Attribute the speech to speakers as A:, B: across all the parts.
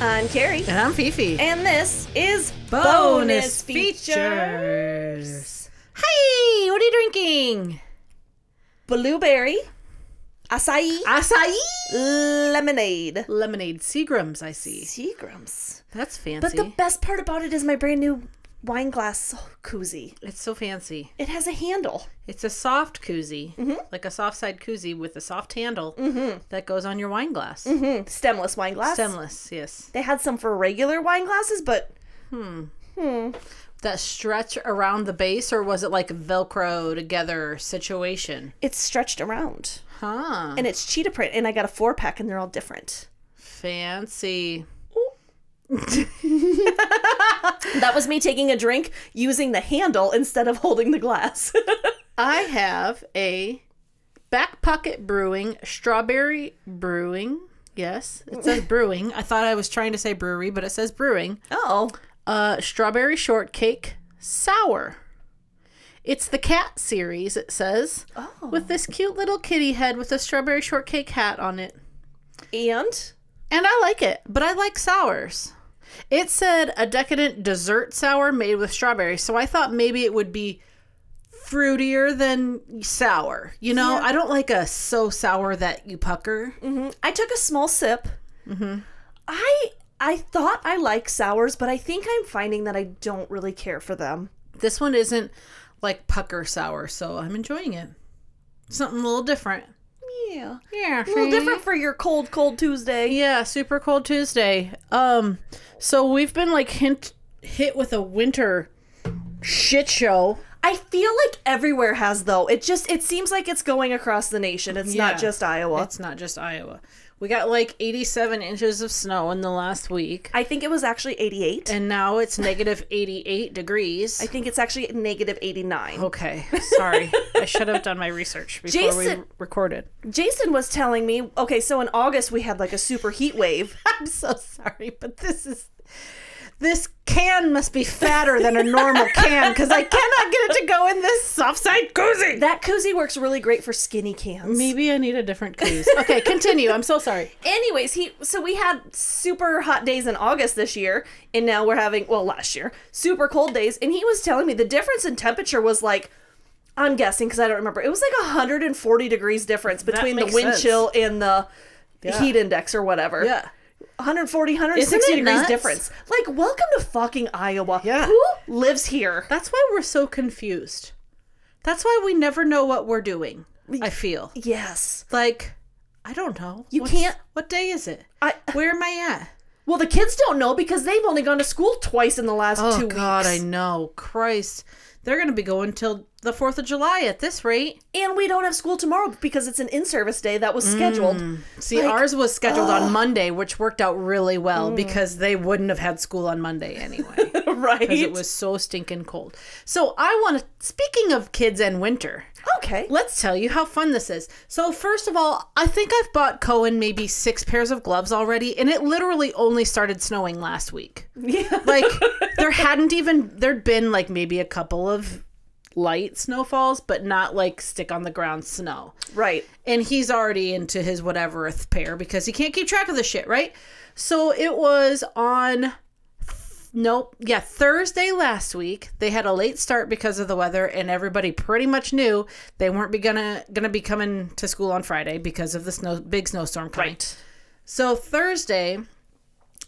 A: I'm Carrie.
B: And I'm Fifi.
A: And this is Bonus
B: Bonus
A: Feature
B: features. Hey, what are you drinking?
A: Blueberry, acai,
B: Acai.
A: lemonade,
B: Lemonade Seagrams, I see.
A: Seagrams.
B: That's fancy.
A: But the best part about it is my brand new wine glass koozie.
B: it's so fancy.
A: It has a handle.
B: It's a soft koozie, like a soft side koozie with a soft handle that goes on your wine glass.
A: Hmm, Stemless wine glass.
B: Stemless, yes.
A: They had some for regular wine glasses, but
B: That stretch around the base, or was it like a Velcro together situation?
A: it's stretched around.
B: Huh.
A: And it's cheetah print, and I got a four pack, and they're all different.
B: fancy.
A: That was me taking a drink using the handle instead of holding the glass.
B: I have a back pocket brewing, strawberry brewing. Yes, it says brewing. I thought I was trying to say brewery, but it says brewing.
A: oh.
B: Uh, strawberry shortcake sour. It's the cat series, it says,
A: Oh.
B: with this cute little kitty head with a strawberry shortcake hat on it.
A: And
B: And I like it, but I like sours. It said a decadent dessert sour made with strawberries, so I thought maybe it would be fruitier than sour. You know, I don't like a so sour that you pucker.
A: I took a small sip.
B: Mm-hmm.
A: I I thought I like sours, but I think I'm finding that I don't really care for them.
B: This one isn't like pucker sour, so I'm enjoying it. Something a little different.
A: Yeah,
B: Yeah,
A: a little different for your cold, cold Tuesday.
B: Yeah, super cold Tuesday. Um, so we've been like hint hit with a winter shit show.
A: I feel like everywhere has though. It just it seems like it's going across the nation. It's
B: Yeah.
A: not just Iowa.
B: It's not just Iowa. We got like 87 inches of snow in the last week,
A: I think it was actually 88.
B: and now it's negative 88 degrees.
A: I think it's actually negative 89.
B: okay, sorry. I should have done my research before we
A: Jason-
B: recorded.
A: Jason was telling me, okay, so in August we had like a super heat wave.
B: I'm so sorry, but this is this can must be fatter than a normal can because I cannot get it to go in this soft side koozie.
A: that koozie works really great for skinny cans.
B: Maybe I need a different koozie. Okay, continue. I'm so sorry.
A: anyways he so we had super hot days in august this year and now we're having well last year super cold days and he was telling me the difference in temperature was like i'm guessing because i don't remember it was like 140 degrees difference between the
B: makes
A: wind
B: sense.
A: chill and the heat index or whatever 140 160
B: Isn't it
A: degrees
B: nuts?
A: difference like welcome to fucking iowa
B: Yeah.
A: who lives here
B: That's why we're so confused. That's why we never know what we're doing. I feel
A: yes
B: like I don't know.
A: You
B: What's-
A: can't-
B: What day is it?
A: i
B: Where am I at?
A: well the kids don't know because they've only gone to school twice in the last two
B: Oh God,
A: weeks
B: I know. Christ, they're gonna be going till the Fourth of July at this rate.
A: and we don't have school tomorrow because it's an in-service day that was
B: Mm.
A: scheduled
B: See, ours was scheduled on Monday, which worked out really well because they wouldn't have had school on Monday anyway.
A: right
B: it was so stinking cold. So I want to. Speaking of kids and winter,
A: okay
B: Let's tell you how fun this is. So, first of all, I think I've bought Cohen maybe six pairs of gloves already, and it literally only started snowing last week.
A: yeah
B: Like, there hadn't even, there'd been like maybe a couple of light snowfalls, but not like stick on the ground snow.
A: right
B: And he's already into his whateverth pair because he can't keep track of the shit, right? So, it was on. Nope. Yeah, Thursday last week they had a late start because of the weather, and everybody pretty much knew they weren't be gonna gonna be coming to school on Friday because of the snow big snowstorm coming.
A: Right.
B: So Thursday,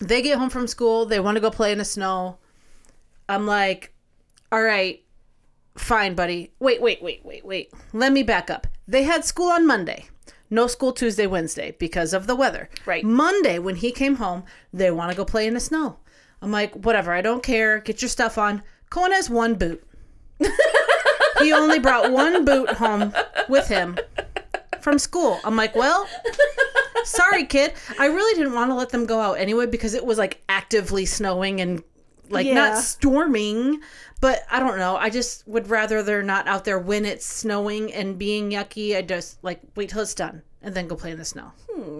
B: they get home from school. They want to go play in the snow. I'm like, all right, fine, buddy. Wait, wait, wait, wait, wait. Let me back up. They had school on Monday. No school Tuesday, Wednesday because of the weather.
A: Right.
B: Monday, when he came home, they want to go play in the snow. I'm like, whatever, I don't care. Get your stuff on. Cohen has one boot. he only brought one boot home with him from school. I'm like, well, sorry, kid. I really didn't want to let them go out anyway because it was like actively snowing and like not
A: Yeah.
B: storming, but I don't know. I just would rather they're not out there when it's snowing and being yucky. I just like wait till it's done and then go play in the snow.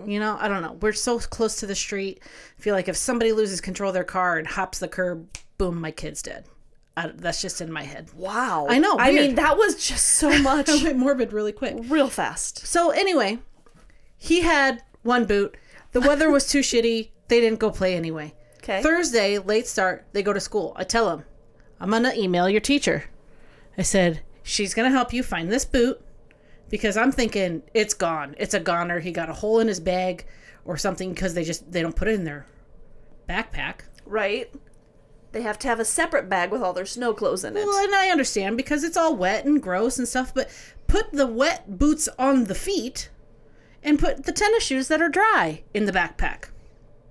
B: You know, I don't know. We're so close to the street. I feel like if somebody loses control of their car and hops the curb, boom, my kid's dead. I, that's just in my head.
A: Wow.
B: I know,
A: I
B: weird.
A: mean, that was just so much.
B: I went morbid really quick.
A: Real fast.
B: So anyway, he had one boot. The weather was too shitty. They didn't go play anyway.
A: Okay.
B: Thursday, late start, they go to school. I tell them, I'm going to email your teacher. I said, She's going to help you find this boot because I'm thinking it's gone. It's a goner. He got a hole in his bag or something because they just they don't put it in their backpack.
A: right? They have to have a separate bag with all their snow clothes in it.
B: Well, and I understand because it's all wet and gross and stuff, but put the wet boots on the feet and put the tennis shoes that are dry in the backpack.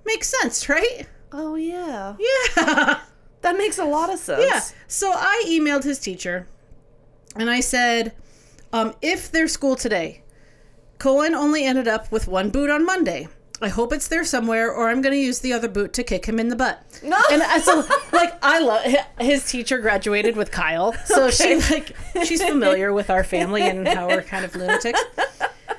B: Makes sense, right?
A: Oh yeah.
B: Yeah.
A: That makes a lot of sense.
B: Yeah. So I emailed his teacher and I said, um, if their school today, Cohen only ended up with one boot on Monday. I hope it's there somewhere, or I'm going to use the other boot to kick him in the butt.
A: No.
B: And I- so, like, I love his teacher graduated with Kyle, so she like she's familiar with our family and how we're kind of lunatics.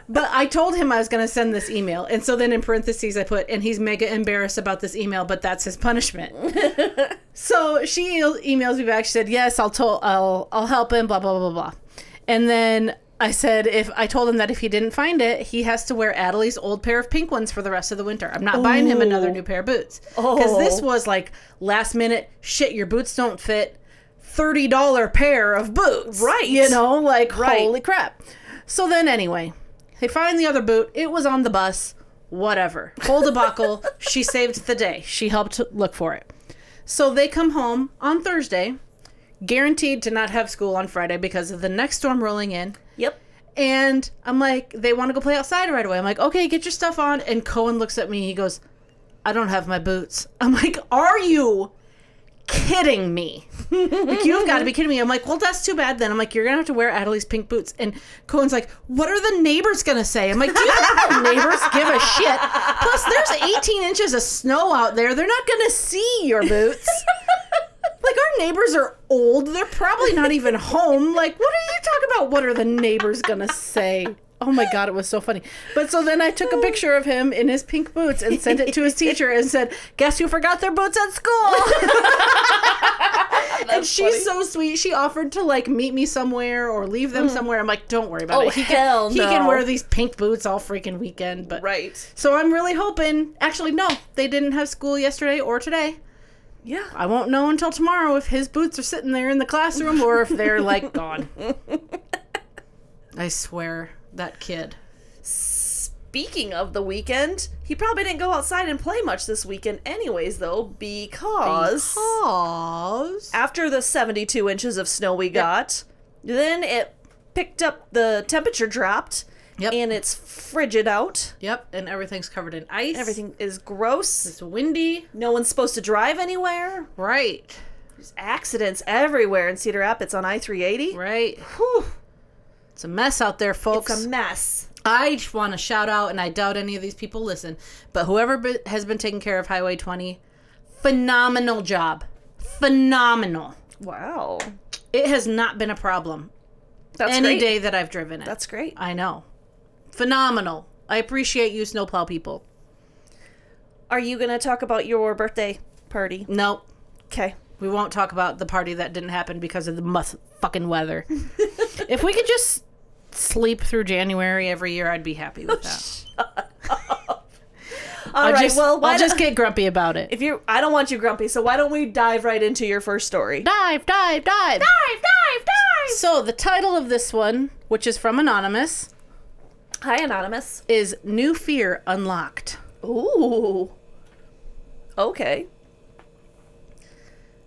B: But I told him I was going to send this email, and so then in parentheses I put, and he's mega embarrassed about this email, but that's his punishment. So she e- emails me back. She said, "Yes, I'll tol- I'll I'll help him." Blah blah blah blah blah. And then I said, "If I told him that if he didn't find it, he has to wear Adelie's old pair of pink ones for the rest of the winter. I'm not buying him another new pair of boots because this
A: Oh.
B: was like last minute shit. Your boots don't fit. Thirty dollar pair of boots,
A: Right.
B: You know, like
A: Right.
B: holy crap. So then anyway, they find the other boot. It was on the bus. Whatever. Whole debacle. she saved the day. She helped look for it. So they come home on Thursday, guaranteed to not have school on Friday because of the next storm rolling in.
A: Yep.
B: And I'm like, they want to go play outside right away. I'm like, okay, get your stuff on. And Cohen looks at me. He goes, I don't have my boots. I'm like, are you kidding me? like, you've got to be kidding me. I'm like, well, that's too bad then. I'm like, you're going to have to wear Adelie's pink boots. And Cohen's like, what are the neighbors going to say? I'm like, do you think the neighbors give a shit? Plus, there's 18 inches of snow out there. They're not going to see your boots. Like our neighbors are old. They're probably not even home. Like, what are you talking about? What are the neighbors gonna say? Oh my god, it was so funny. But so then I took a picture of him in his pink boots and sent it to his teacher and said, "Guess who forgot their boots at school?" and she's so sweet. She offered to like meet me somewhere or leave them somewhere. I'm like, "Don't worry about
A: Hmm. Oh,
B: it. He
A: hell
B: can, he can
A: no.
B: wear these pink boots all freaking weekend." But
A: Right.
B: So I'm really hoping. Actually, no, they didn't have school yesterday or today.
A: Yeah.
B: I won't know until tomorrow if his boots are sitting there in the classroom or if they're like gone. I swear, that kid.
A: Speaking of the weekend, he probably didn't go outside and play much this weekend, anyways, though, because,
B: Because
A: after the 72 inches of snow we got, then it picked up, the temperature dropped,
B: Yep.
A: and it's frigid out.
B: Yep, and everything's covered in ice.
A: Everything is gross.
B: It's windy.
A: No one's supposed to drive anywhere.
B: Right.
A: There's accidents everywhere in Cedar Rapids on I 380.
B: Right.
A: Whew.
B: It's a mess out there, folks.
A: It's a mess.
B: I just want to shout out, and I doubt any of these people listen, but whoever be- has been taking care of Highway 20, phenomenal job. Phenomenal.
A: Wow.
B: It has not been a problem
A: That's
B: any
A: great.
B: day that I've driven it.
A: That's great.
B: I know. Phenomenal. I appreciate you, snowplow people.
A: Are you going to talk about your birthday party?
B: No,
A: Okay.
B: we won't talk about the party that didn't happen because of the must fucking weather. if we could just sleep through January every year, I'd be happy with that.
A: All right.
B: I'll just,
A: well, why
B: I'll
A: do-
B: just get grumpy about it.
A: if you I don't want you grumpy, so why don't we dive right into your first story?
B: dive, dive, dive. Dive, dive, dive. So, the title of this one, which is from Anonymous,
A: Hi, anonymous.
B: is New Fear Unlocked.
A: Ooh. Okay.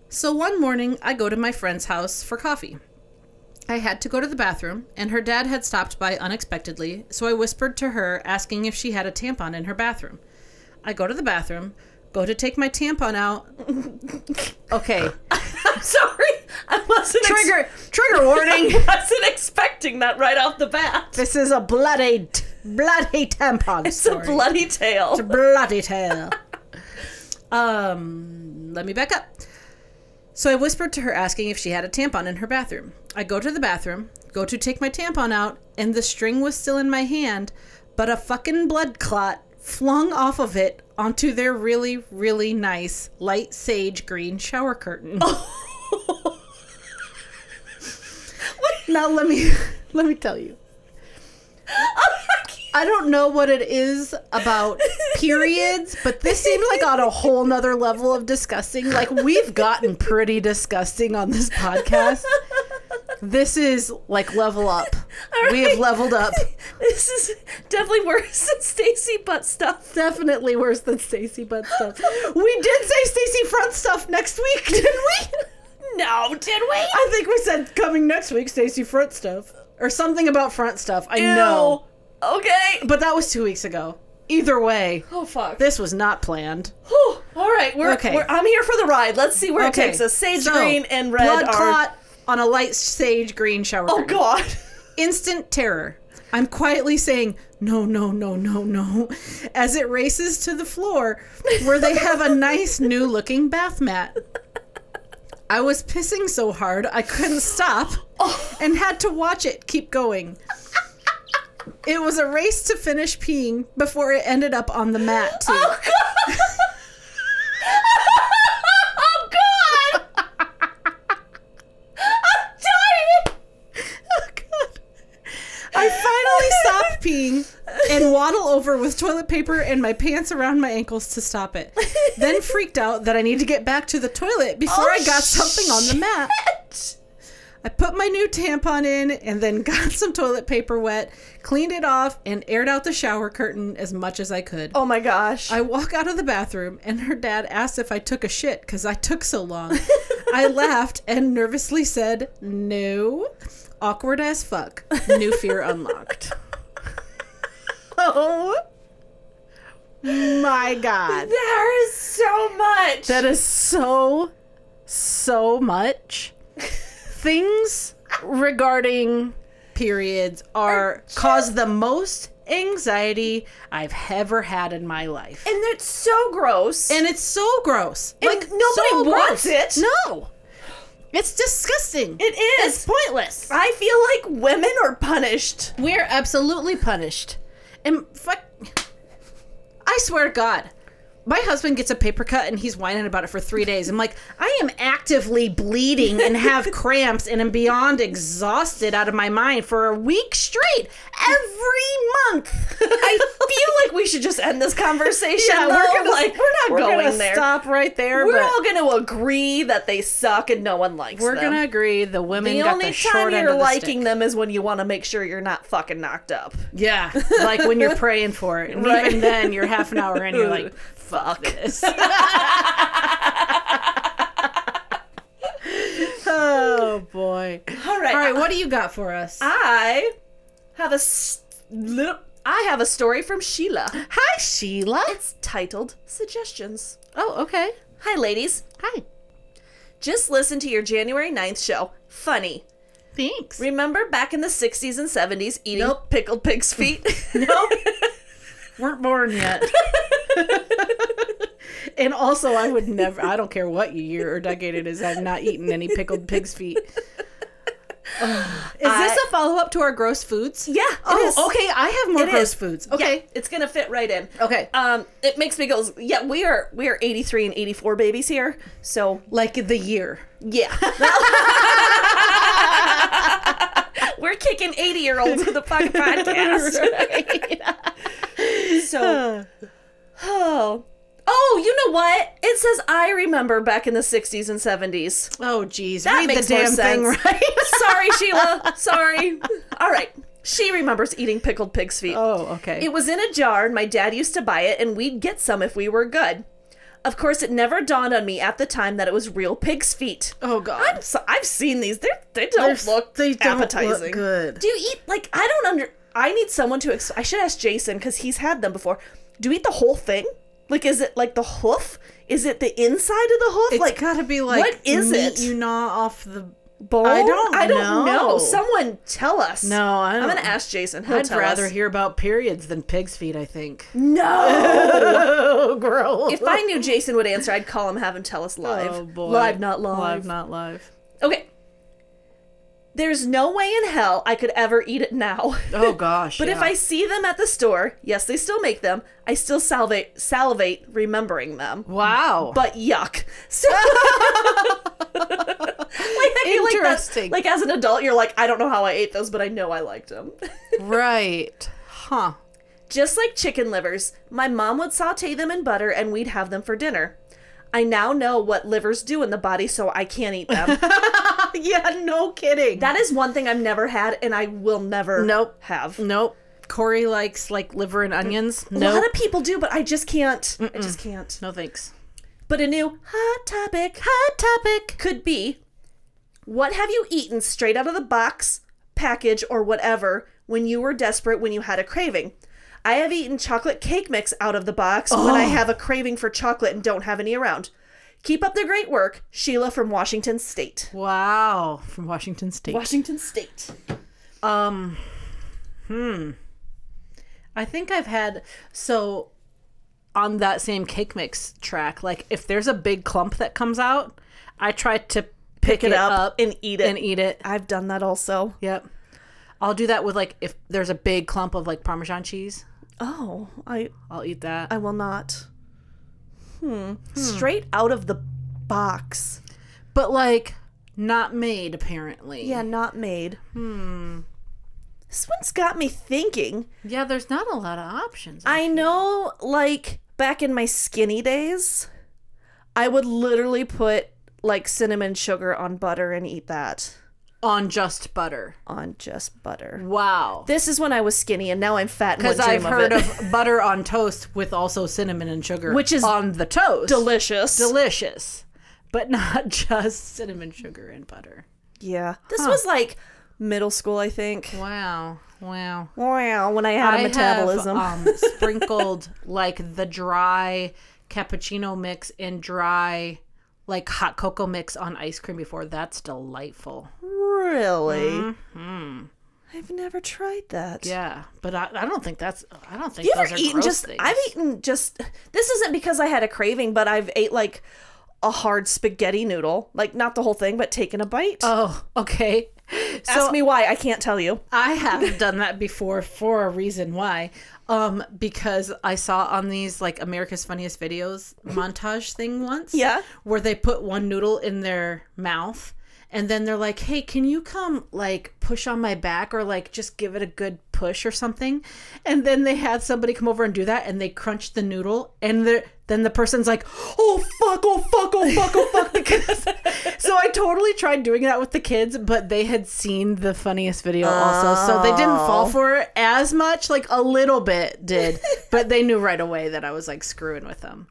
B: So one morning, I go to my friend's house for coffee. I had to go to the bathroom, and her dad had stopped by unexpectedly, so I whispered to her, asking if she had a tampon in her bathroom. I go to the bathroom, go to take my tampon out. Okay.
A: I'm sorry. I wasn't ex-
B: Trigger trigger warning.
A: I wasn't expecting that right off the bat.
B: this is a bloody t- bloody tampon.
A: It's a bloody tale.
B: bloody tail. um, let me back up. So I whispered to her, asking if she had a tampon in her bathroom. I go to the bathroom, go to take my tampon out, and the string was still in my hand, but a fucking blood clot flung off of it onto their really, really nice light sage green shower curtain. now let me let me tell you.
A: Oh, I can't
B: I don't know what it is about periods, but this seemed like on a whole nother level of disgusting. Like we've gotten pretty disgusting on this podcast. This is like level up. We have leveled up.
A: This is definitely worse than Stacy butt stuff.
B: Definitely worse than Stacy butt stuff. We did say Stacy front stuff next week, didn't we?
A: No, did we?
B: I think we said coming next week, Stacy front stuff or something about front stuff. I know,
A: No. Okay.
B: but that was two weeks ago. Either way,
A: Oh fuck.
B: this was not planned.
A: Whew. All right, we're,
B: Okay.
A: we're I'm here for the ride. Let's see where
B: Okay,
A: it takes us. Sage
B: so,
A: green and red
B: blood
A: are.
B: clot on a light sage green shower.
A: Oh
B: curtain.
A: god.
B: Instant terror. I'm quietly saying no, no, no, no, no, as it races to the floor where they have a nice new looking bath mat. I was pissing so hard I couldn't stop
A: Oh,
B: and had to watch it keep going. It was a race to finish peeing before it ended up on the mat, too.
A: Oh god. oh god. I'm dying.
B: Oh, God. I finally stop peeing and waddle over with toilet paper and my pants around my ankles to stop it. Then freaked out that I need to get back to the toilet before
A: Oh,
B: I got something on the mat.
A: Shit.
B: I put my new tampon in and then got some toilet paper wet, cleaned it off, and aired out the shower curtain as much as I could.
A: Oh my gosh.
B: I walk out of the bathroom and her dad asked if I took a shit because I took so long. I laughed and nervously said, No. Awkward as fuck. New fear unlocked.
A: oh.
B: My God.
A: There is so much.
B: That is so, so much. Things regarding periods are cause the most anxiety I've ever had in my life.
A: and that's so gross.
B: and it's so gross.
A: And
B: like
A: nobody
B: so
A: wants
B: gross.
A: it.
B: No, it's disgusting.
A: it is.
B: It's pointless.
A: I feel like women are punished.
B: We're absolutely punished. And fuck, I swear to God, my husband gets a paper cut and he's whining about it for three days. I'm like, I am actively bleeding and have cramps and am beyond exhausted out of my mind for a week straight every month.
A: I feel like we should just end this conversation.
B: Yeah,
A: though.
B: we're gonna-
A: like we're not going
B: gonna
A: there.
B: Stop right there.
A: We're
B: but
A: all going to agree that they suck and no one likes
B: we're
A: them.
B: gonna agree the women
A: the
B: got
A: only
B: the
A: time
B: short end
A: you're
B: of the stick.
A: liking them is when you want to make sure you're not fucking knocked up.
B: Yeah, like when you're praying for it. And
A: Right.
B: even then, you're half an hour in, you're like,
A: fuck this.
B: oh boy.
A: All right.
B: All right, what do you got for us?
A: I have a s- little. I have a story from Sheila.
B: Hi, Sheila.
A: It's titled Suggestions.
B: Oh, okay.
A: Hi, ladies.
B: Hi.
A: Just listen to your January 9th show. Funny.
B: Thanks.
A: Remember back in the 60s and 70s eating
B: Nope.
A: pickled pig's feet?
B: Nope. Weren't born yet. and also, I would never, I don't care what year or decade it is, I've not eaten any pickled pig's feet. Ugh. is this
A: I-
B: a follow up to our gross foods?
A: Yeah, it
B: Oh,
A: is.
B: okay. I have more
A: It
B: gross
A: is.
B: foods.
A: okay,
B: Okay.
A: it's going to fit right in.
B: Okay.
A: Um it makes me go, yeah, we are we are 83 and 84 babies here. So,
B: Like the year.
A: yeah. We're kicking 80-year-olds with a fucking podcast. So, oh. Oh, you know what? It says I remember back in the 60s and 70s.
B: Oh, geez.
A: That
B: Read
A: makes
B: the
A: more
B: damn thing
A: sense.
B: right.
A: Sorry, Sheila. Sorry. All right. She remembers eating pickled pig's feet.
B: Oh, okay.
A: It was in a jar, and my dad used to buy it, and we'd get some if we were good. Of course, it never dawned on me at the time that it was real pig's feet.
B: oh, God.
A: I'm so, I've seen these. They're, they don't
B: They're-
A: look
B: they don't look
A: appetizing.
B: good.
A: Do you eat like I don't under? I need someone to. Ex- I should ask Jason because he's had them before. Do you eat the whole thing? Like, is it like the hoof? Is it the inside of the hoof?
B: It's
A: like,
B: gotta be like
A: what is
B: meat
A: it?
B: You gnaw off the.
A: bone?
B: I don't
A: I
B: know.
A: don't know. Someone tell us.
B: No, I
A: I'm
B: don't-
A: gonna ask Jason. He'll
B: I'd
A: tell
B: rather
A: us.
B: hear about periods than pig's feet. I think.
A: No.
B: Oh, gross.
A: if I knew Jason would answer, I'd call him, have him tell us live.
B: Oh, boy.
A: Live, not live.
B: live, not live.
A: Okay. There's no way in hell I could ever eat it now.
B: Oh gosh.
A: But if I see them at the store, yes, they still make them. I still salivate, salivate remembering them.
B: wow.
A: But yuck. So, like, I feel like that's-
B: Interesting.
A: like as an adult, you're like, I don't know how I ate those, but I know I liked them.
B: right. Huh.
A: Just like chicken livers, my mom would saute them in butter and we'd have them for dinner. I now know what livers do in the body, so I can't eat them.
B: yeah, no kidding.
A: that is one thing I've never had and I will never
B: Nope.
A: have.
B: nope. Corey likes like liver and onions.
A: A
B: No,
A: lot of people do, but I just can't. I just can't.
B: no thanks.
A: But a new hot topic, hot topic could be what have you eaten straight out of the box, package, or whatever when you were desperate when you had a craving? I have eaten chocolate cake mix out of the box when I have a craving for chocolate and don't have any around. Keep up the great work, Sheila from Washington State.
B: Wow, from Washington State.
A: Washington State.
B: Um, hmm. I think I've had so on that same cake mix track. Like, if there's a big clump that comes out, I try to pick,
A: Get up, and eat it.
B: and eat it.
A: I've done that also.
B: Yep. I'll do that with like if there's a big clump of like Parmesan cheese,
A: Oh, I
B: I'll eat that.
A: I will not. hmm. Straight out of the box.
B: But like not made apparently.
A: Yeah, not made. Hmm. This one's got me thinking.
B: Yeah, there's not a lot of options.
A: I know, like, back in my skinny days, I would literally put, like, cinnamon sugar on butter and eat that
B: on just butter.
A: on just butter.
B: Wow.
A: This is when I was skinny, and now I'm fat and would
B: Because I've
A: dream of
B: heard
A: it.
B: of butter on toast with also cinnamon and sugar,
A: Which is
B: on the toast
A: delicious.
B: delicious, but not just cinnamon sugar and butter.
A: yeah. This was, like, middle school, I think.
B: Wow, wow.
A: Wow, when I had a
B: I uh,
A: metabolism.
B: have, um, sprinkled like the dry cappuccino mix and dry like hot cocoa mix on ice cream before. That's delightful.
A: really? I've never tried that.
B: Mm-hmm. Yeah, but I, I don't think that's. I don't think
A: You
B: those
A: ever
B: are
A: eaten
B: gross
A: just?
B: things.
A: I've eaten just. This isn't because I had a craving, but I've ate like a hard spaghetti noodle, like not the whole thing, but taken a bite.
B: oh, okay. So
A: Ask me why. I can't tell you.
B: I have done that before for a reason why. Um, because I saw on these like America's Funniest Videos montage thing once.
A: Yeah.
B: Where they put one noodle in their mouth and then they're like, Hey, can you come like push on my back or like just give it a good push or something? And then they had somebody come over and do that and they crunched the noodle and the then the person's like, Oh fuck, oh fuck, oh fuck, oh fuck because so I totally tried doing that with the kids, but they had seen the funniest video also, so they didn't fall for it as much. Like a little bit did, but they knew right away that I was like screwing with them.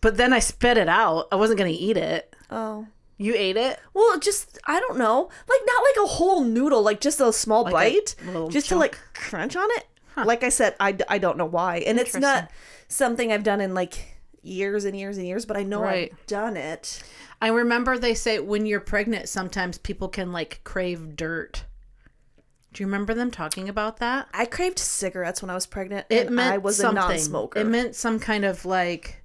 B: But then I spit it out. I wasn't gonna eat it.
A: Oh.
B: You ate it?
A: Well, it just I don't know. Like not like a whole noodle, like just a small bite,
B: little
A: just to like crunch on it. Like I said, I, d- I don't know why, and it's not something I've done in like years and years and years, but I know I've
B: Right.
A: done it.
B: I remember they say when you're pregnant, sometimes people can like crave dirt. Do you remember them talking about that?
A: I craved cigarettes when I was pregnant.
B: It
A: and
B: meant
A: I was
B: something.
A: a non-smoker.
B: It meant some kind of like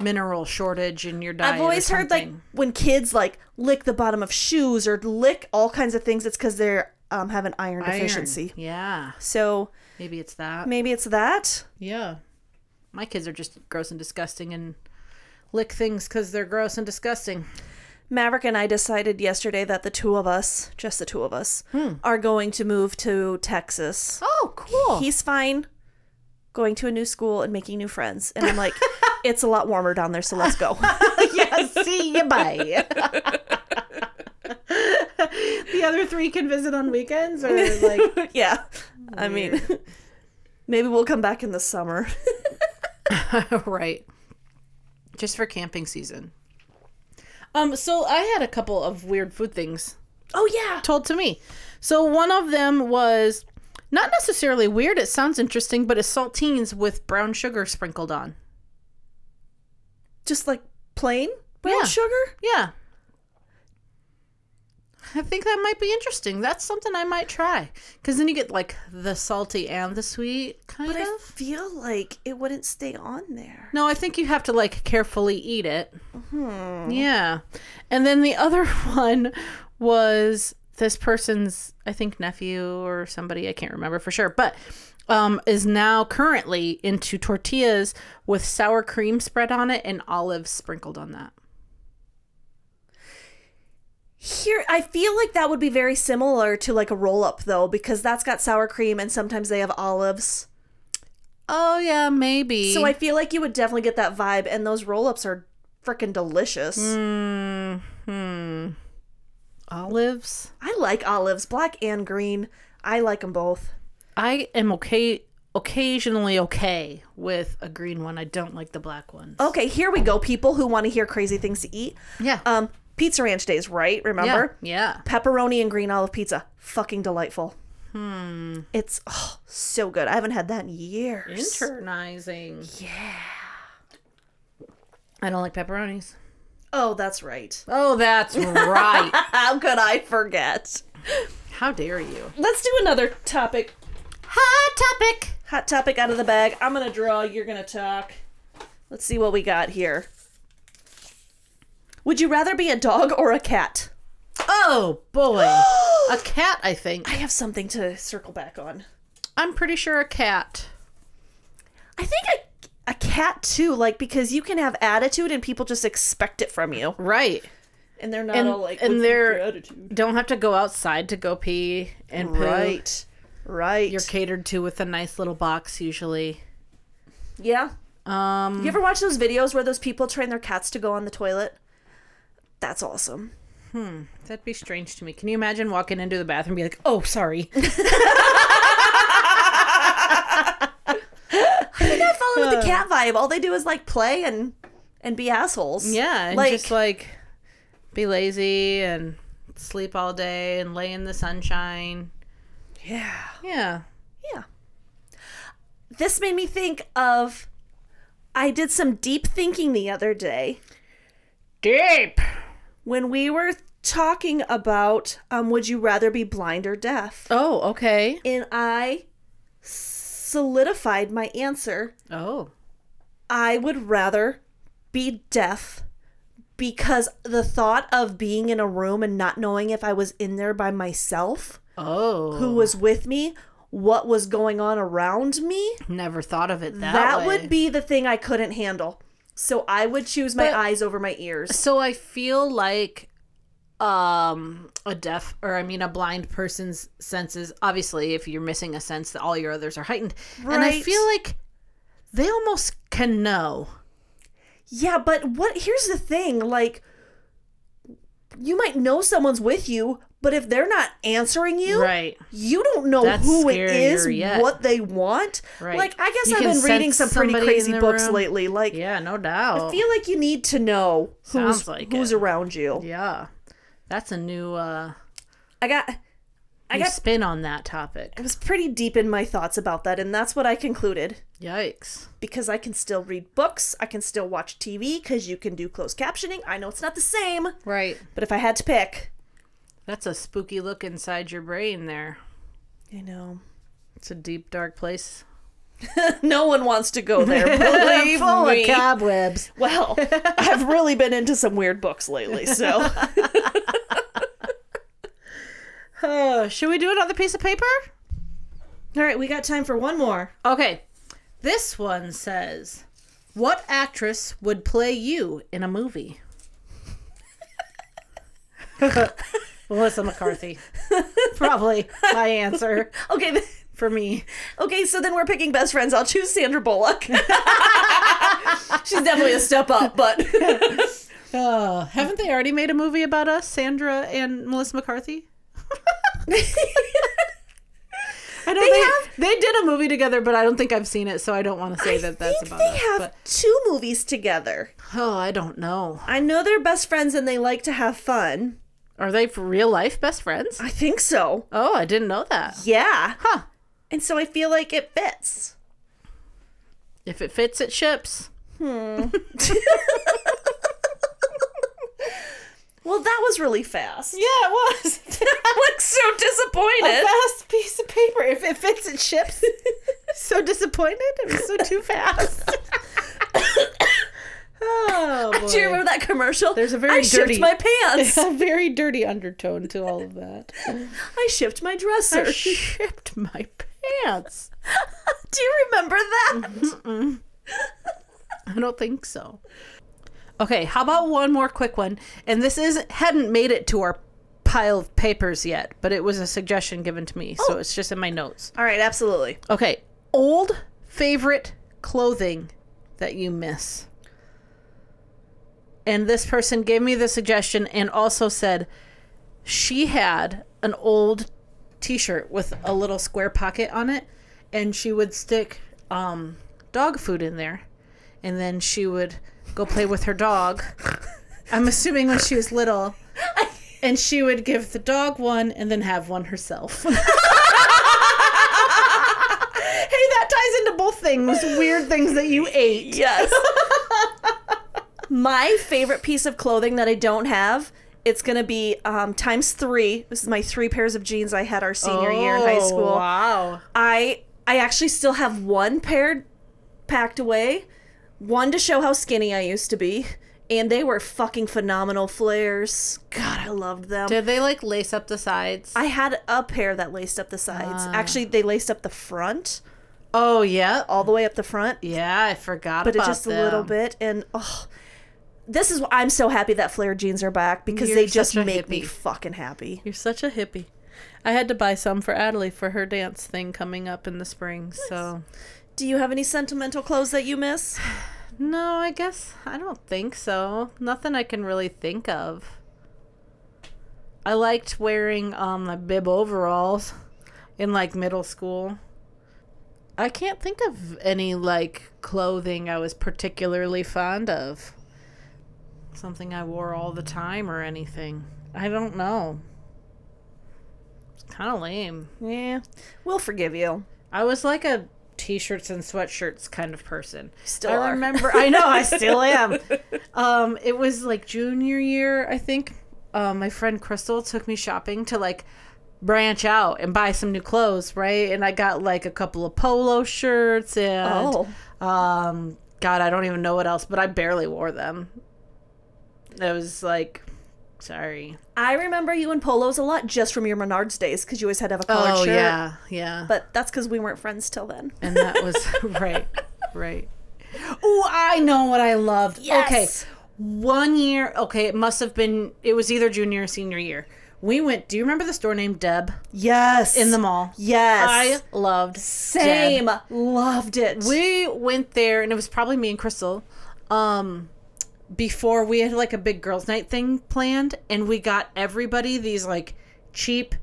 B: mineral shortage in your diet.
A: I've
B: or
A: always heard like
B: something.
A: when kids like lick the bottom of shoes or lick all kinds of things, it's because they're um, have an iron,
B: Iron.
A: deficiency.
B: Yeah,
A: So
B: maybe it's that.
A: maybe it's that.
B: Yeah, my kids are just gross and disgusting and lick things because they're gross and disgusting.
A: Maverick and I decided yesterday that the two of us, just the two of us, are going to move to Texas.
B: Oh, cool.
A: He's fine going to a new school and making new friends. And I'm like, it's a lot warmer down there, so let's go.
B: yeah, see you. Bye. the other three can visit on weekends or like
A: yeah. I mean, maybe we'll come back in the summer.
B: right. Just for camping season. Um, so I had a couple of weird food things
A: Oh, yeah.
B: told to me. So one of them was not necessarily weird, it sounds interesting, but it's saltines with brown sugar sprinkled on.
A: Just like plain brown
B: Yeah.
A: sugar?
B: Yeah. I think that might be interesting. That's something I might try. Because then you get like the salty and the sweet, kind
A: But
B: of.
A: I feel like it wouldn't stay on there.
B: No, I think you have to like carefully eat it. Mm-hmm. Yeah. And then the other one was this person's, I think, nephew or somebody, I can't remember for sure, but um, is now currently into tortillas with sour cream spread on it and olives sprinkled on that.
A: Here, I feel like that would be very similar to like a roll up though, because that's got sour cream and sometimes they have olives.
B: oh yeah, maybe.
A: So I feel like you would definitely get that vibe, and those roll ups are freaking delicious.
B: Mm. olives.
A: I like olives, black and green. I like them both.
B: I am okay, occasionally okay with a green one. I don't like the black one.
A: Okay, here we go, people who want to hear crazy things to eat.
B: yeah.
A: Um, Pizza Ranch days, right?
B: yeah.
A: Remember?
B: Yeah.
A: Pepperoni and green olive pizza. Fucking delightful. Hmm. It's oh, so good. I haven't had that in years.
B: Internizing. Yeah. I don't like pepperonis.
A: oh, that's right.
B: Oh, that's right.
A: How could I forget?
B: How dare you?
A: Let's do another topic.
B: Hot topic.
A: Hot topic out of the bag. I'm gonna draw. You're gonna talk. Let's see what we got here. Would you rather be a dog or a cat?
B: Oh boy. a cat, I think.
A: I have something to circle back on.
B: I'm pretty sure a cat.
A: I think a, a cat too, like because you can have attitude and people just expect it from you,
B: Right.
A: and they're not
B: And-
A: all like
B: and
A: "What's with
B: they're-
A: your attitude.
B: Don't have to go outside to go pee and poo.
A: Right, right.
B: You're catered to with a nice little box usually.
A: yeah.
B: Um
A: You ever watch those videos where those people train their cats to go on the toilet? That's awesome.
B: that'd be strange to me. Can you imagine walking into the bathroom and be like, "Oh, sorry."
A: I fall in with the cat vibe. All they do is like play and and be assholes.
B: yeah, and
A: like
B: just like be lazy and sleep all day and lay in the sunshine.
A: yeah,
B: Yeah.
A: yeah. This made me think of. I did some deep thinking the other day
B: Deep.
A: when we were talking about um, would you rather be blind or deaf,
B: Oh, okay.
A: and I solidified my answer.
B: Oh.
A: I would rather be deaf because the thought of being in a room and not knowing if I was in there by myself,
B: Oh.
A: who was with me, what was going on around me,
B: Never thought of it that,
A: that
B: way.
A: would be the thing I couldn't handle. So I would choose my
B: But-
A: eyes over my ears.
B: So I feel like um a deaf or I mean a blind person's senses obviously if you're missing a sense all your others are heightened. And I
A: Right.
B: feel like they almost can know.
A: Yeah, but what here's the thing, like you might know someone's with you, but if they're not answering you,
B: Right.
A: you don't know
B: That's
A: who it
B: scarier
A: is,
B: yet.
A: what they want.
B: Right.
A: Like I guess
B: You
A: I've
B: can
A: been reading
B: sense
A: some pretty
B: somebody in
A: crazy
B: the
A: books
B: room.
A: lately. Like
B: Yeah, no doubt.
A: I feel like you need to know who's
B: Sounds like
A: who's
B: it.
A: around you.
B: yeah. That's a new uh
A: I got I
B: new
A: got
B: spin on that topic.
A: I was pretty deep in my thoughts about that and that's what I concluded
B: Yikes.
A: because I can still read books, I can still watch TV cuz you can do closed captioning. I know it's not the same,
B: Right.
A: but if I had to pick,
B: That's a spooky look inside your brain there.
A: I know.
B: It's a deep dark place.
A: No one wants to go there. Believe me.
B: cobwebs.
A: Well, I've really been into some weird books lately, so
B: Oh, should we do another piece of paper?
A: All right, we got time for one more.
B: Okay. This one says, What actress would play you in a movie? Melissa McCarthy. Probably my answer
A: Okay, th-
B: for me.
A: okay, so then we're picking best friends. I'll choose Sandra Bullock. She's definitely a step up, but
B: Uh, haven't they already made a movie about us, Sandra and Melissa McCarthy? I know they, they, did a movie together, but I don't think I've seen it, so I don't want to say that that's
A: think
B: about
A: they
B: us,
A: have
B: but-
A: two movies together.
B: oh, I don't know.
A: I know they're best friends and they like to have fun.
B: Are they for real life best friends?
A: I think so.
B: Oh, I didn't know that.
A: Yeah.
B: Huh.
A: And so I feel like it fits.
B: If it fits, it ships.
A: Well, that was really fast.
B: Yeah, it was.
A: I look so disappointed.
B: fast piece of paper. If it fits, it ships. so disappointed. It was so too fast. oh, boy.
A: Do you remember that commercial?
B: There's a very
A: I shipped
B: dirty-
A: my pants.
B: a very dirty undertone to all of that.
A: I shipped my dresser.
B: I shipped my pants.
A: Do you remember that?
B: Mm-hmm. I don't think so. Okay, how about one more quick one? And this is hadn't made it to our pile of papers yet, Oh. but it was a suggestion given to me, so it's just in my notes.
A: All right, absolutely.
B: Okay, old favorite clothing that you miss? And this person gave me the suggestion and also said she had an old t shirt with a little square pocket on it, and she would stick um, dog food in there, and then she would go play with her dog. I'm assuming when she was little. And she would give the dog one and then have one herself. hey, that ties into both things weird things that you ate.
A: Yes. my favorite piece of clothing that I don't have, it's going to be um, times three. This is my three pairs of jeans I had our senior year in high
B: Oh,
A: school.
B: Wow.
A: I I actually still have one pair packed away, one to show how skinny I used to be, and they were fucking phenomenal flares. God, I loved them.
B: Did they like lace up the sides?
A: I had a pair that laced up the sides.
B: Ah.
A: Actually, they laced up the front,
B: oh, yeah.
A: all the way up the front,
B: Yeah, I forgot
A: but it
B: about
A: just a
B: them.
A: little bit. And oh, this is why I'm so happy that flare jeans are back because
B: You're
A: they just
B: such a
A: make me
B: hippie.
A: fucking happy.
B: You're such a hippie. I had to buy some for Adelie for her dance thing coming up in the spring. So,
A: Do you have any sentimental clothes that you miss?
B: no, I guess I don't think so. Nothing I can really think of. I liked wearing um my bib overalls in like middle school. I can't think of any like clothing I was particularly fond of. Something I wore all the time or anything. I don't know. It's kind of lame.
A: Yeah, we'll forgive you.
B: I was like a t-shirts and sweatshirts kind of person.
A: Still
B: I
A: are.
B: remember I know I still am. Um it was like junior year, I think. Uh, my friend Crystal took me shopping to like branch out and buy some new clothes, right? And I got like a couple of polo shirts and
A: Oh.
B: um god, I don't even know what else, but I barely wore them. I was like sorry.
A: I remember you in polos a lot just from your Menards days because you always had to have a collared shirt.
B: Oh, yeah.
A: But that's because we weren't friends till then.
B: and that was right, right. Oh, I know what I loved.
A: Yes.
B: Okay, one year. Okay, it must have been. It was either junior or senior year. We went. Do you remember the store named Deb
A: Yes.
B: in the mall?
A: Yes.
B: I loved
A: Same.
B: Deb.
A: Loved it.
B: We went there, and it was probably me and Crystal. Um, before we had like a big girls' night thing planned, and we got everybody these like cheap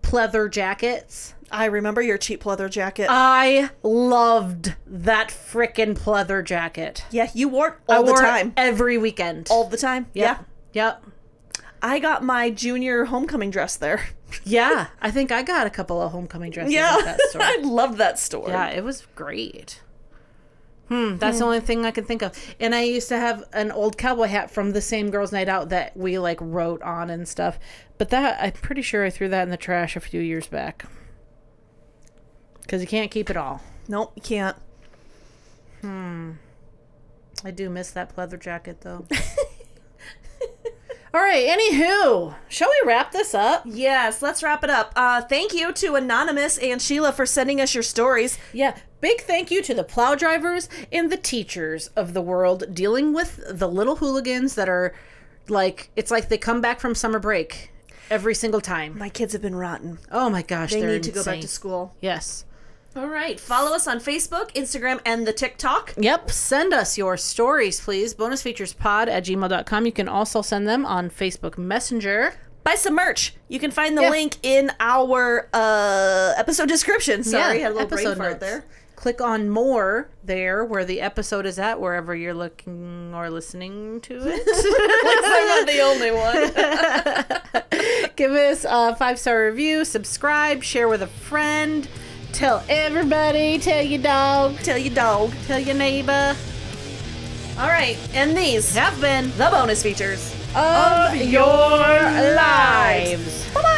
B: pleather jackets.
A: I remember your cheap leather jacket.
B: Uh, I loved that frickin' pleather jacket.
A: yeah, you wore it all
B: I
A: the
B: wore it
A: time.
B: every weekend.
A: all the time.
B: Yep. Yep.
A: Yeah. I got my junior homecoming dress there.
B: Yeah. I think I got a couple of homecoming dresses
A: Yeah.
B: at that store.
A: I love that store.
B: yeah, it was great. Hmm, that's the only thing I can think of. And I used to have an old cowboy hat from the same girls' night out that we like wrote on and stuff. But that I'm pretty sure I threw that in the trash a few years back. Cuz you can't keep it all.
A: Nope, you can't.
B: I do miss that pleather jacket though. all right, anywho, shall we wrap this up?
A: Yes, let's wrap it up. Uh, thank you to Anonymous and Sheila for sending us your stories.
B: Yeah. Big thank you to the plow drivers and the teachers of the world dealing with the little hooligans that are like, it's like they come back from summer break every single time.
A: My kids have been rotten.
B: Oh my gosh.
A: They
B: are
A: need to go back to
B: insane.
A: school.
B: Yes.
A: All right. Follow us on Facebook, Instagram, and the TikTok.
B: Yep. Send us your stories, please. Bonusfeaturespod at gmail.com. You can also send them on Facebook Messenger.
A: Buy some merch. You can find the
B: Yeah.
A: link in our uh, episode description. Sorry,
B: Yeah,
A: had a little brain
B: episode
A: fart
B: notes.
A: there.
B: Click on more there where the episode is at, wherever you're looking or listening to it.
A: I'm not the only one.
B: Give us a five star review, subscribe, share with a friend, tell everybody, tell your dog,
A: Tell your dog.
B: tell your neighbor.
A: All right, and these
B: Have been
A: the bonus features.
B: of your
A: lives.
B: lives.
A: Bye bye.